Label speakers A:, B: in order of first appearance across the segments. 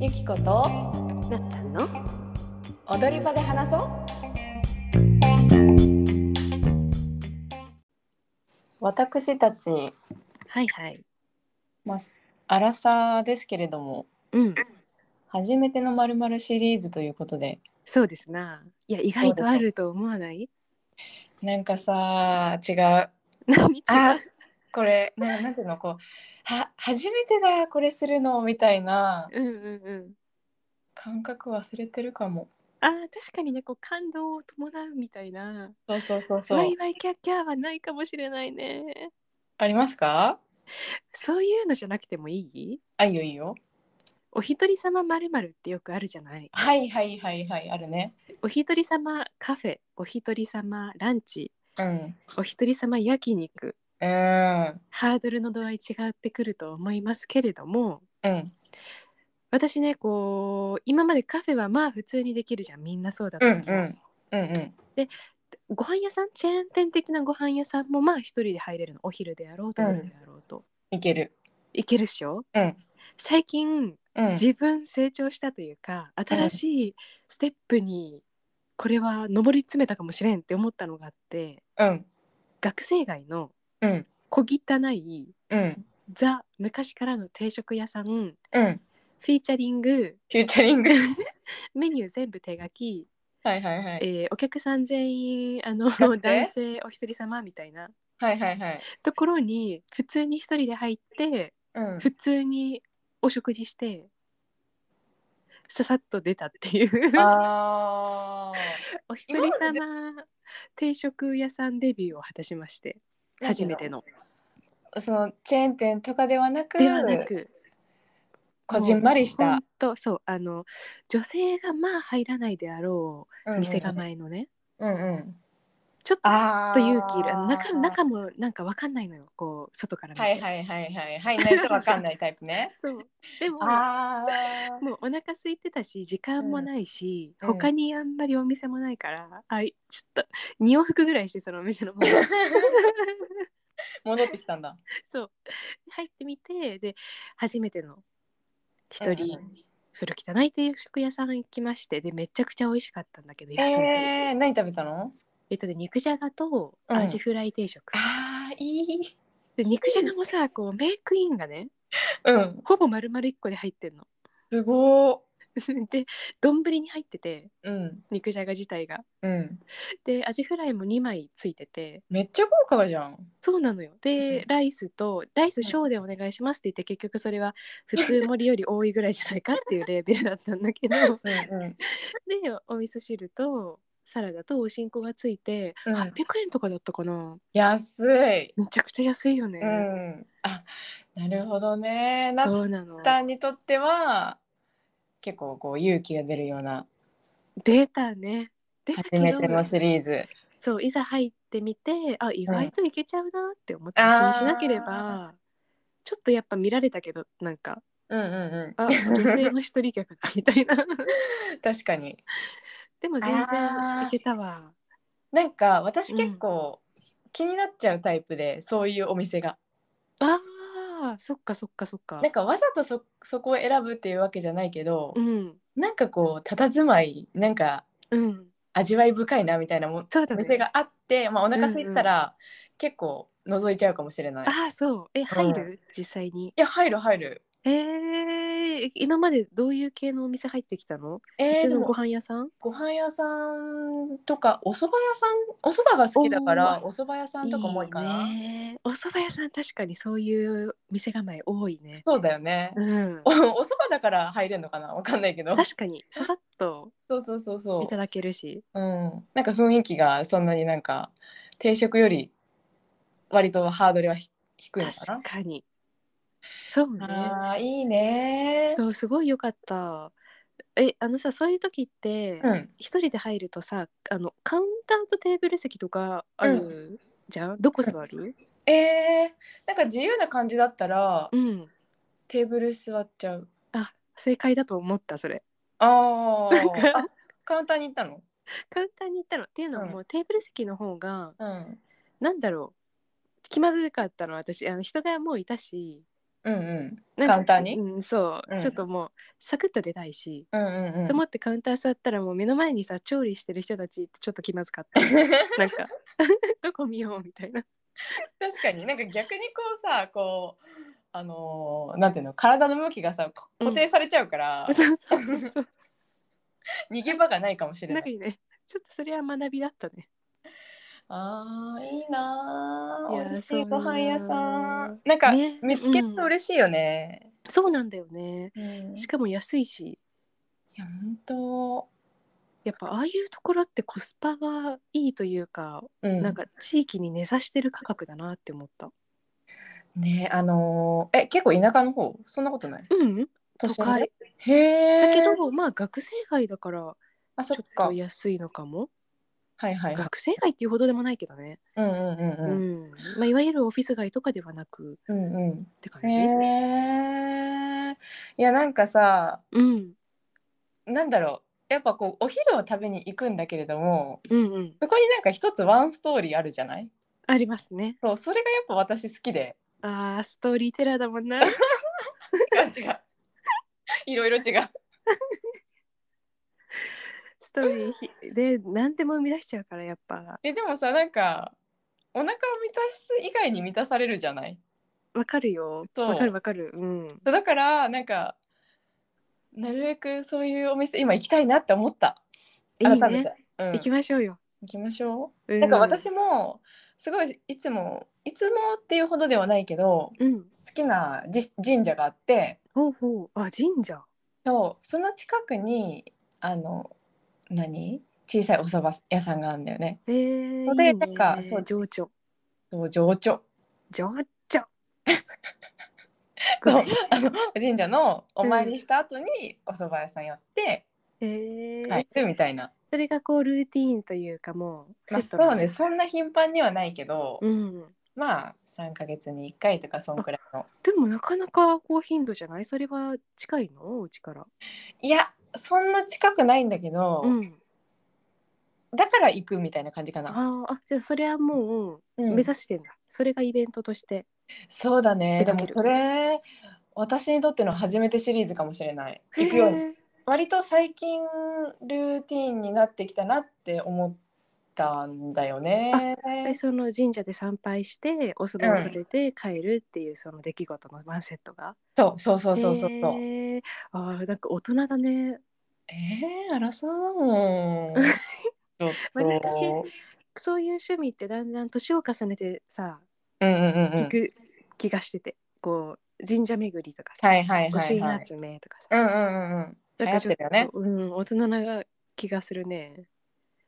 A: ゆきこと
B: なったの
A: 踊り場で話そう私たち、
B: はいはい
A: まあ、アラサーですけれども
B: うん
A: 初めてのまるまるシリーズということで
B: そうですないや意外とあると思わない
A: なんかさ違う
B: 何違う
A: あこれななんていうのこうは初めてだこれするのみたいな
B: うんうんうん
A: 感覚忘れてるかも
B: あー確かにねこう感動を伴うみたいな
A: そうそうそうそ
B: ワ
A: う
B: イワイキャッキャーはないかもしれないね
A: ありますか
B: そういうのじゃなくてもいい
A: あいいよいいよ
B: お一人様まるまるってよくあるじゃない
A: はいはいはいはいあるね
B: お一人様カフェお一人様ランチ
A: うん
B: お一人様焼肉
A: うん
B: ハードルの度合い違ってくると思いますけれども
A: うん
B: 私ねこう今までカフェはまあ普通にできるじゃんみんなそうだった
A: うんう
B: けど
A: んうんうん
B: ご飯屋さんチェーン店的なご飯屋さんもまあ一人で入れるのお昼であろうと
A: うん
B: 夜であろうと、
A: いける
B: いけるっしょ
A: うん
B: 最近
A: うん
B: 自分成長したというか、新しいステップにこれは上り詰めたかもしれんって思ったのがあって
A: うん
B: 学生街の
A: うん
B: 小汚い
A: うん
B: ザ昔からの定食屋さんフ
A: うん
B: ィーチャリング
A: フューチャリング
B: メニュー全部手書き、
A: はいはいはい
B: えーお客さん全員あの
A: 学生
B: 男性お一人様みたいな
A: はいはいはい
B: ところに普通に一人で入って
A: うん
B: 普通にお食事してささっと出たっていう
A: あ
B: お一人様定食屋さんデビューを果たしまして
A: ー
B: 初めて
A: な
B: の
A: んていうのそのチェーン店とかではなく
B: ではなく
A: こじんまりし
B: ほ
A: た
B: んとそうあの女性がまあ入らないであろう
A: 前
B: 店構えのね
A: うんうん
B: ちょっと
A: あ
B: ちょっと勇気いるあの中中もなんかわかんないのよこう外から見て
A: はいはいはいはい入んないとわかんないタイプね
B: そうでも
A: あ
B: もうお腹空いてたし時間もないし、
A: うん
B: 他にあんまりお店もないから、あいちょっと2往復ぐらいしてそのお店の方
A: 戻ってきたんだ
B: そう入ってみてで初めての一人古汚い定食屋さん行きましてでめちゃくちゃ美味しかったんだけど 安いし、
A: えー、何食べたの
B: えっとね肉じゃがと
A: うん
B: アジフライ定食、
A: あーいい
B: で肉じゃがもさこうメイクインがね
A: うん
B: ほぼ丸々1個で入ってんの
A: すごー
B: で丼に入ってて
A: うん
B: 肉じゃが自体が
A: うん
B: でアジフライも2枚ついてて
A: めっちゃ豪華じゃん
B: そうなのよ。で、
A: うん
B: ライスと「ライス小でお願いします」って言って結局それは普 通盛りより多いぐらいじゃないかっていうレベルだったんだけど
A: うんうん
B: でお味噌汁とサラダとおしんこがついて、
A: うん
B: 800円とかだったかな
A: 安い
B: めちゃくちゃ安いよね。
A: うんあなるほどねな
B: そ
A: っ
B: うなの
A: たにとっては結構こう勇気が出るような
B: データね。出た
A: 初
B: け
A: めての
B: ど
A: シリーズ
B: そういざ入ってみてあ意外といけちゃうなって思って気
A: あー
B: にしなければちょっとやっぱ見られたけどなんか
A: うんうんう
B: あ女性の一人客だみたいな。
A: ん確かに
B: でも全
A: あー
B: 然いけたわ。
A: なんか私結構気になっちゃうタイプで、そういうお店が
B: ああ、そっかそっかそっか。
A: なんかわざとそそこを選ぶっていうわけじゃないけど
B: う、ん、
A: なんかこう佇まいなんか
B: うん、
A: 味わい深いなみたいなも、
B: そうだ
A: お
B: ね。
A: 店があって、まあ、お腹空いてたら、
B: う
A: 結構覗いちゃうかもしれない。い
B: ああ、そう。え、入る、実際に。
A: や入る入る。
B: えー、今までどういう系のお店入ってきたの、
A: え
B: 普
A: ー、
B: 通
A: で
B: のご
A: も
B: 飯屋さん
A: ご飯屋さんとかお蕎麦屋さんお蕎麦が好きだからお蕎麦屋さんとかも多いかな。
B: いいね。お蕎麦屋さん、確かにそういう店構え多いね。
A: そうだよね。
B: うん
A: お。お蕎麦だから入れるのかなわかんないけど。
B: 確かに、ささっと
A: そうそうそうそう
B: いた。だけるし。
A: うん、なんか雰囲気がそんなになんか定食より割とハードルはひ低いのか
B: 確かに。そうね。
A: な。あーいいね。
B: そう、すごい良かった。え、あのさ、そういう時って、
A: うん、
B: 一人で入るとさあのカウンターとテーブル席とかあるじゃん、どこ座る
A: えー、なんか自由な感じだったら、
B: うん
A: テーブル座っちゃう。
B: あ正解だと思ったそれ
A: あーあ、カウンターに行ったの。
B: カウンターに行ったのっていうのは
A: うん
B: もう、テーブル席の方が
A: うん、
B: なんだろう気まずかったの私あの人がもういたし
A: うんうん
B: なんか
A: 簡単に
B: うん、そう、
A: うん
B: ちょっともうサクッと出たいし、
A: うんうん
B: と
A: うん
B: 思ってカウンター座ったらもう目の前にさ調理してる人たちってちょっと気まずかったな んか どこ見ようみたいな
A: 確かになんか逆にこうさこうあのーなんていうの体の向きがさこ
B: うん
A: 固定されちゃう から、
B: そうそうそうそう
A: 逃げ場がないかもしれ
B: な
A: なん
B: か
A: い。
B: いいね ちょっとそれは学びだったね
A: あーいいなー
B: いやー
A: 美味しいご飯屋さん
B: そ。う
A: なんか、
B: ね
A: 見つけると嬉しいよね。
B: そうなんだよね
A: うん
B: しかも安いし
A: いや本当。
B: やっぱああいうところってコスパがいいというか、
A: うん、
B: なんか地域に根ざしてる価格だなって思った
A: ねあのーえ結構田舎の方そんなことない
B: うん
A: 都心
B: 都会
A: でへ
B: だ
A: え
B: けど、まあ学生街だから
A: あそ
B: ち
A: っ
B: ょっ
A: か
B: と安いのかも
A: はいはいはい
B: 学生街っていうほどでもないけどね、
A: うんうん
B: うん
A: うん
B: まあ、いわゆるオフィス街とかではなく
A: うんうん
B: って感
A: うん
B: じ、
A: へえいやなんかさ
B: うん、
A: なんだろうやっぱこうお昼を食べに行くんだけれども
B: うんうん
A: そこになんか一つワンストーリーあるじゃない
B: ありますね
A: そうそれがやっぱ私好きで
B: あーストーリーテラーだもんな
A: 違う違う いろいろ違う
B: ストーリーひで何でも生み出しちゃうからやっぱ
A: えでもさなんかお腹を満たす以外に満たされるじゃない
B: わかるよ
A: そう
B: わかるわかるうん
A: そうだからなんかなるべくそういうお店今行きたいなって思った
B: い
A: 改
B: いね
A: めてうん
B: 行きましょうよ、
A: 行きましょ
B: う
A: うなんか私もすごいいつもいつもっていうほどではないけど
B: うん
A: 好きなじ神社があって
B: ほうほうあ神社
A: そうその近くにあの何小さいお蕎麦屋さんがあるんだよね
B: えー、
A: それで
B: いいね
A: なんかそう
B: 情緒
A: そう 情緒
B: 情緒
A: そうあの神社のお参りした後にお蕎麦屋さん寄って
B: えー
A: 帰るみたいな、
B: それがこうルーティーンというかもう
A: まあ、
B: な
A: そうねそんな頻繁にはないけど、
B: うん
A: まあ3ヶ月に1回とかそんくらいの
B: でもなかなか高頻度じゃないそれは近いのお家から
A: いやそんな近くないんだけど、
B: うん
A: だから行くみたいな感じかな、
B: あーあじゃあそれはもう
A: うん
B: 目指してんだ、それがイベントとして
A: そうだね
B: 出
A: で
B: かけ
A: も
B: る
A: それ私にとっての初めてシリーズかもしれない行くように
B: に
A: 割と最近ルーティンになってきたなって思ったんだよね
B: その神社で参拝してお蕎麦を食べて帰るっていうその出来事のワンセットが、
A: そうそうそうそうそうそう
B: へーあーなんか大人だね
A: えー、争う もんちょっと
B: 割かしそういう趣味ってだんだん年を重ねてさ
A: うんうんうんう
B: 聞
A: ん
B: く気がしてて、こう神社巡りとかさ、
A: はいはい
B: 御
A: は
B: 朱
A: い
B: 印
A: はい
B: 集めとかさ、
A: うんうんうんうん流
B: な
A: 行
B: んか
A: って
B: ちょっ
A: る
B: と
A: よね
B: うん、大人な気がするね。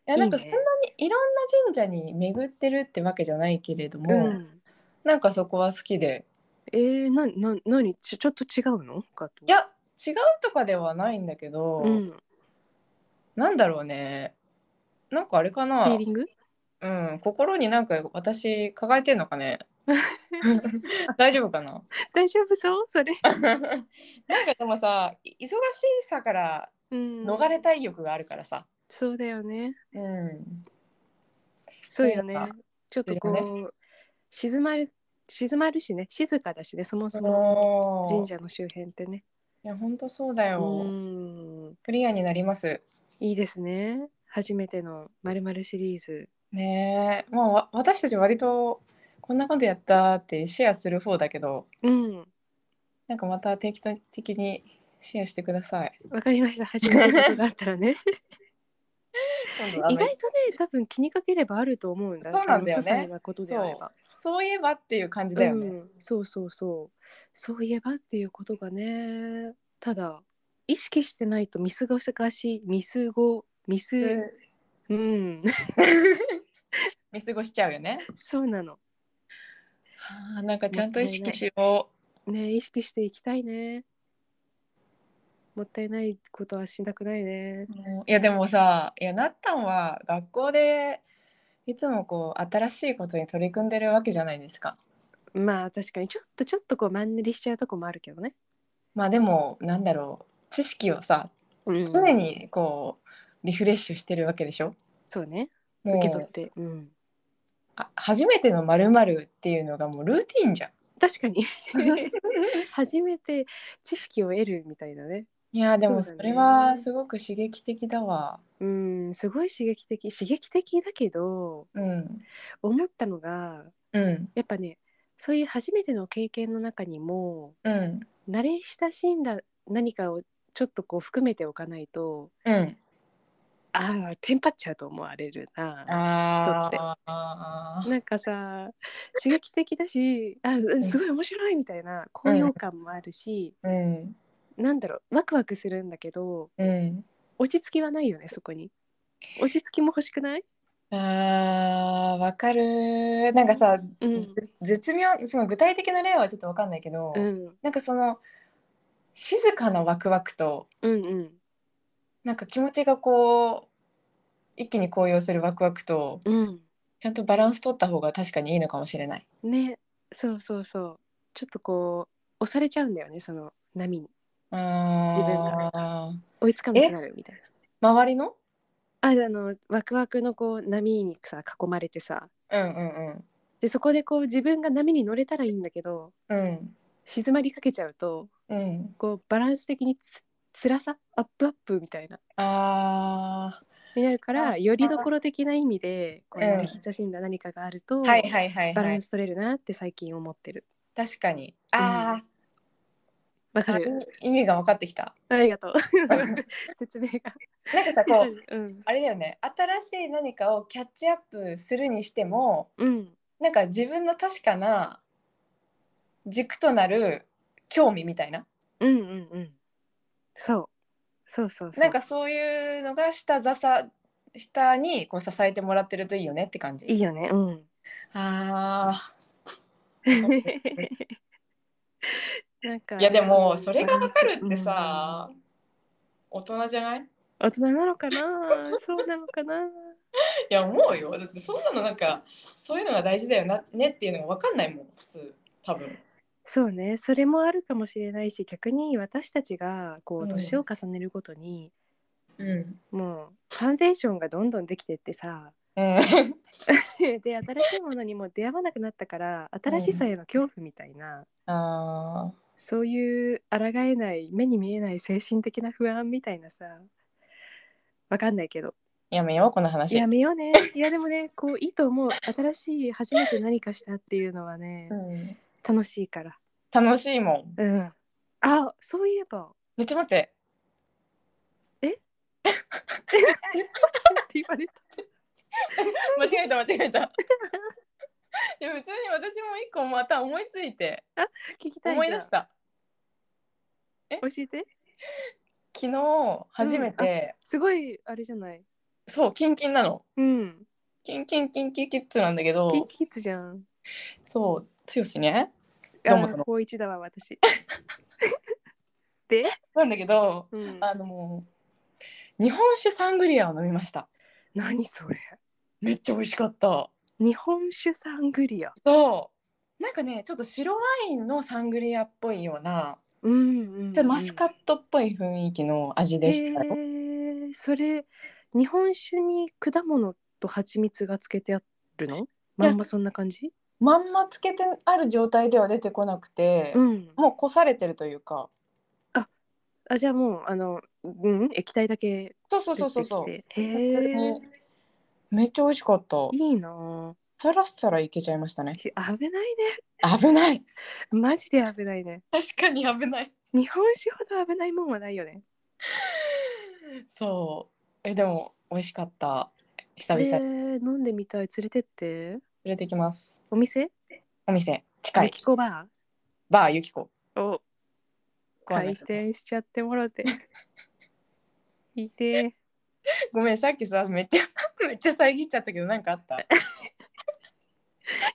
A: いやなんか
B: いい
A: そん
B: ね
A: なにいろんな神社に巡ってるってわけじゃないけれども、
B: うん
A: なんかそこは好きで
B: えー、なな何ちょちょっと違うのかと。
A: いや違うとかではないんだけど、
B: うん、フ
A: なんだろうねなんかあれかな
B: ィーリング
A: うん、心になんか私抱えてんのか ね大丈夫かな
B: 大丈夫そうそれ、
A: なんかでもさい忙しさから
B: うん
A: 逃れたい欲があるからさ、
B: そうだよね
A: うん、
B: そうよ
A: そう
B: ね
A: だ
B: ちょっとこう、静まる静まるしね静かだしねそもそも
A: お
B: 神
A: ー
B: 社の周辺ってね
A: いや本当そうだ
B: う
A: よ、
B: ん
A: クリアになります
B: いいですね初めてのまるまるシリーズ
A: ねえまあわ私たち割とこんなことやったってシェアする方だけど
B: うん
A: なんかまた定期的にシェアしてください。
B: わかりました初めてのことがあった らね
A: 今度あ
B: 意
A: の
B: 外とね多分気にかければあると思うんだ
A: そうなんだよね
B: あの些細なことであれば
A: そういえばっていう感じだよね。
B: うん、そうそうそうそういえばっていうことがねただ意識してないと見過ごしがし見過ご見す
A: うん
B: うん、
A: 見過ごしちゃうよね。
B: そうなの
A: はあなんかちゃんと意識しよ
B: ね意識していきたいねもったいないことはしなくないね
A: う。うんいやでもさいやなったんは学校でいつもこう新しいことに取り組んでるわけじゃないですか。
B: まあ確かにちょっとちょっとこうマンネリしちゃうとこもあるけどね、
A: まあでもなんだろう知識をさ
B: うん、
A: 常にこうリフレッシュしてるわけでしょ。
B: そうね
A: も
B: 受け取っ
A: う
B: て、うん、
A: あ初めてのまるっていうのがもうルーティンじゃん。
B: 確か に初めて知識を得るみたいなね
A: いやーでも
B: そ
A: そう
B: だね
A: れはすごく刺激的だわ。
B: うんすごい刺激的刺激的だけど
A: うん。
B: 思ったのが
A: うん。
B: やっぱねそういう初めての経験の中にも
A: うん。
B: 慣れ親しんだ何かをちょっとこう含めておかないと
A: うん。
B: ああテンパっちゃうと思われるな。
A: あ
B: 人
A: ーあ ー。
B: なんかさ刺激的だしあうんすごい面白いみたいな高揚感もあるし、
A: うん。
B: なんだろうワクワクするんだけど
A: うん。
B: 落ち着きはないよねそこに落ち着きも欲しくない、
A: あーわかる。なんかさ、
B: うん
A: 絶妙その具体的な例はちょっとわかんないけど、
B: うん、
A: なんかその静かなワクワクと
B: うんうん
A: なんか気持ちがこう一気に高揚するワクワクと
B: うん
A: ちゃんとバランス取った方が確かにいいのかもしれない。
B: ねそうそうそうちょっとこう押されちゃうんだよねその波に
A: あ
B: 自分
A: あ
B: 追いつかなくなるみたいな
A: 周りの
B: ああのワクワクのこう波にさ囲まれてさ
A: うんうん
B: でそこでこう自分が波に乗れたらいいんだけど
A: うん
B: 静まりかけちゃうと
A: うんうん
B: こうバランス的につ辛さアップアップみたいな
A: あ
B: になるか
A: あ
B: らよりどころ的な意味でこう
A: うん
B: 慣れ親しんだ何かがあると、
A: ーはいはいはい
B: バ
A: は
B: ラン
A: い
B: ス取れるなって最近思ってる
A: 確かにあー
B: わか
A: あ
B: る
A: 意味が分かってきた
B: あり がとう説明が
A: なんかさこう
B: うん
A: あれだよね新しい何かをキャッチアップするにしても
B: うん
A: なんか自分の確かな軸となる興味みたいな
B: うんうんうんそうそうそうそう
A: なんかそういうのが下座さ下にこう支えてもらってるといいよねって感じ
B: いいよねうん
A: あ
B: なんか
A: ーいやでもそれが分かるってさ、大人じゃないい
B: うん大人なのかなそうなのかな
A: や思うよだってそんなのなんかそういうのが大事だよなねっていうのが分かんないもん普通多分
B: そうねそれもあるかもしれないし逆に私たちがこ
A: う
B: うん年を重ねるごとに、
A: うん
B: もうファンデーションがどんどんできてってさ
A: うん
B: で新しいものにも出会わなくなったから新しさへの恐怖みたいな、
A: あー
B: そういう抗えない目に見えない精神的な不安みたいなさわかんないけど
A: やめようこの話
B: やめようねいやでもねこういいと思う新しい初めて何かしたっていうのはね、
A: うん
B: 楽しいから
A: 楽しいもん
B: うんあそういえば
A: めっちゃ待って
B: って言われた
A: 間違えた間違えた いや普通に私も一個また思いついて
B: 聞きたい
A: 思い出した
B: じゃあ教えて
A: 昨日初めて、
B: すごいあれじゃない
A: そうキンキンなの
B: うん
A: キンキンキンキンキッズなんだけど
B: キンキキッズじゃん
A: そう強しねどうも
B: あ
A: どうも
B: 高一だ わ私で、
A: なんだけど
B: うん、
A: あの日本酒サングリアを飲みました
B: 何それ
A: めっちゃ美味しかった
B: 日本酒サングリア
A: そうなんかねちょっと白ワインのサングリアっぽいような
B: うんうんうん
A: ちょっとマスカットっぽい雰囲気の味でしたよ、
B: えー、それ日本酒に果物と蜂蜜がつけてあるのまんまそんな感じ
A: まんまつけてある状態では出てこなくて、
B: うん
A: もうこされてるというか
B: あじゃあもうあの、うん、液体だけ
A: そうそう
B: 出てきて
A: そうそうそう
B: へ
A: 普通
B: え
A: にめっちゃ美味しかった
B: いいなぁ
A: さらさらいけちゃいましたね
B: ひ危ないね
A: 危ない
B: マジで危ないね
A: 確かに危ない
B: 日本酒ほど危ないもんはないよね
A: そうえでも美味しかった久
B: え
A: 々に
B: ー、飲んでみたい連れてって
A: 連れてきます、
B: お店
A: お店近い
B: ゆきこバ
A: バーゆきこ
B: ーを
A: ご案
B: 開
A: 内します
B: 店しちゃってもろ ていいて
A: ごめんさっきさめっちゃ めっちゃ遮っちゃったけどなんかあった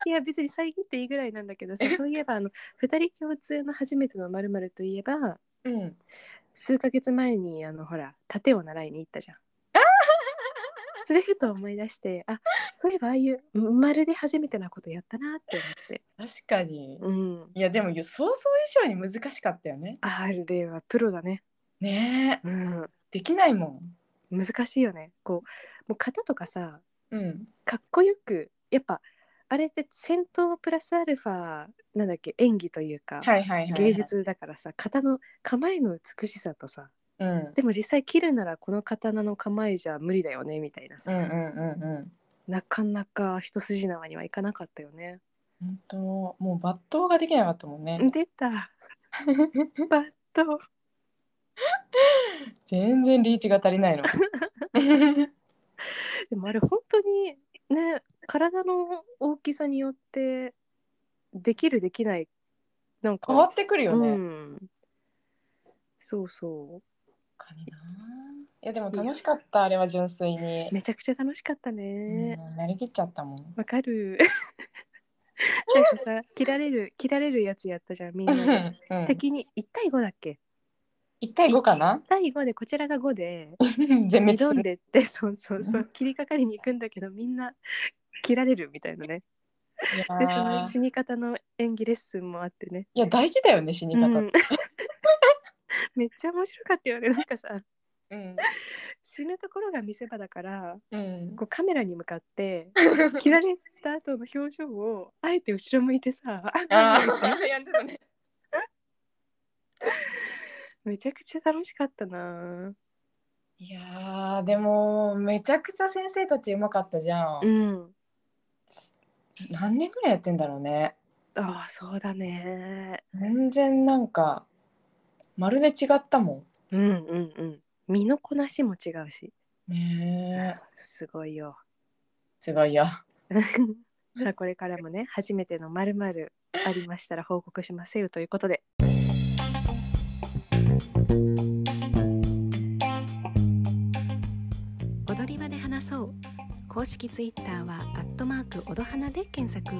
B: いや別に遮っていいぐらいなんだけ どさそういえばあの2人共通の初めてのまるといえば
A: うん
B: 数ヶ月前にあのほら盾を習いに行ったじゃん。それふと思い出してあそういえばああいうまるで初めてなことやったなって
A: 確かに
B: 思って、うん、
A: いやでも予想想以上に難しかったよね
B: あれはプロだね、
A: ねえ
B: うん、
A: できないも
B: 難しいよねこうもう型とかさ
A: んうん
B: かっこよくやっぱあれって戦闘プラスアルファなんだっけ演技という
A: は
B: か、
A: いはいはいはい、
B: 芸術だからさ型の構えの美しさとさ
A: うん、うん
B: でも実際切るならこの刀の構えじゃ無理だよねみたいな
A: う
B: さ、
A: んうんうん
B: なかなか一筋縄にはいかなかったよね。
A: 本当もう抜刀ができなかったもんね
B: 出たバット
A: 全然リーチが足り ないの
B: でもあれ本当にね体の大きさによってできるできないなんか
A: 変わってくるよね、
B: うん、そうそ
A: かにないやでも楽しかったあれは純粋に
B: う、めちゃくちゃ楽しかった
A: う
B: ね。
A: ん、なりきっちゃったもん
B: わ かる。なんかさ、切られる、切られるやつやったじゃん、みん
A: う
B: なんで。
A: うん
B: 敵に1対5だっけ
A: 1対5かな
B: 対5でこちらが5で
A: 全滅
B: 挑
A: す
B: ん
A: る
B: でってそうそうそう切りかかりに行くんだけどみんな切られるみたいなね
A: いや
B: でその
A: ー
B: 死に方の演技レッスンもあってね、
A: いや大事だよね死に
B: う
A: 方って
B: ん、 めっちゃ面白かったよねなんかさ
A: うん
B: 死ぬところが見せ場だから
A: うん
B: こうカメラに向かって 切られた後の表情をあえて後ろ向いてさ
A: ああやんでたね
B: めちゃくちゃ楽しかったな。
A: いやーでもめちゃくちゃ先生たちうまかったじゃん、
B: ん。
A: 何年ぐらいやってんだろうね
B: ああ、そうだね。
A: 全然なんかまるで違ったも
B: うんうんうん。身のこなしも違うし。
A: んねえ
B: すごい よ。
A: すごいよ
B: まあこれからもね、初めてのまるまるありましたら報告しませんよということで。
C: 踊り場で話そう公式ツイッターはアットマークおどはなで検索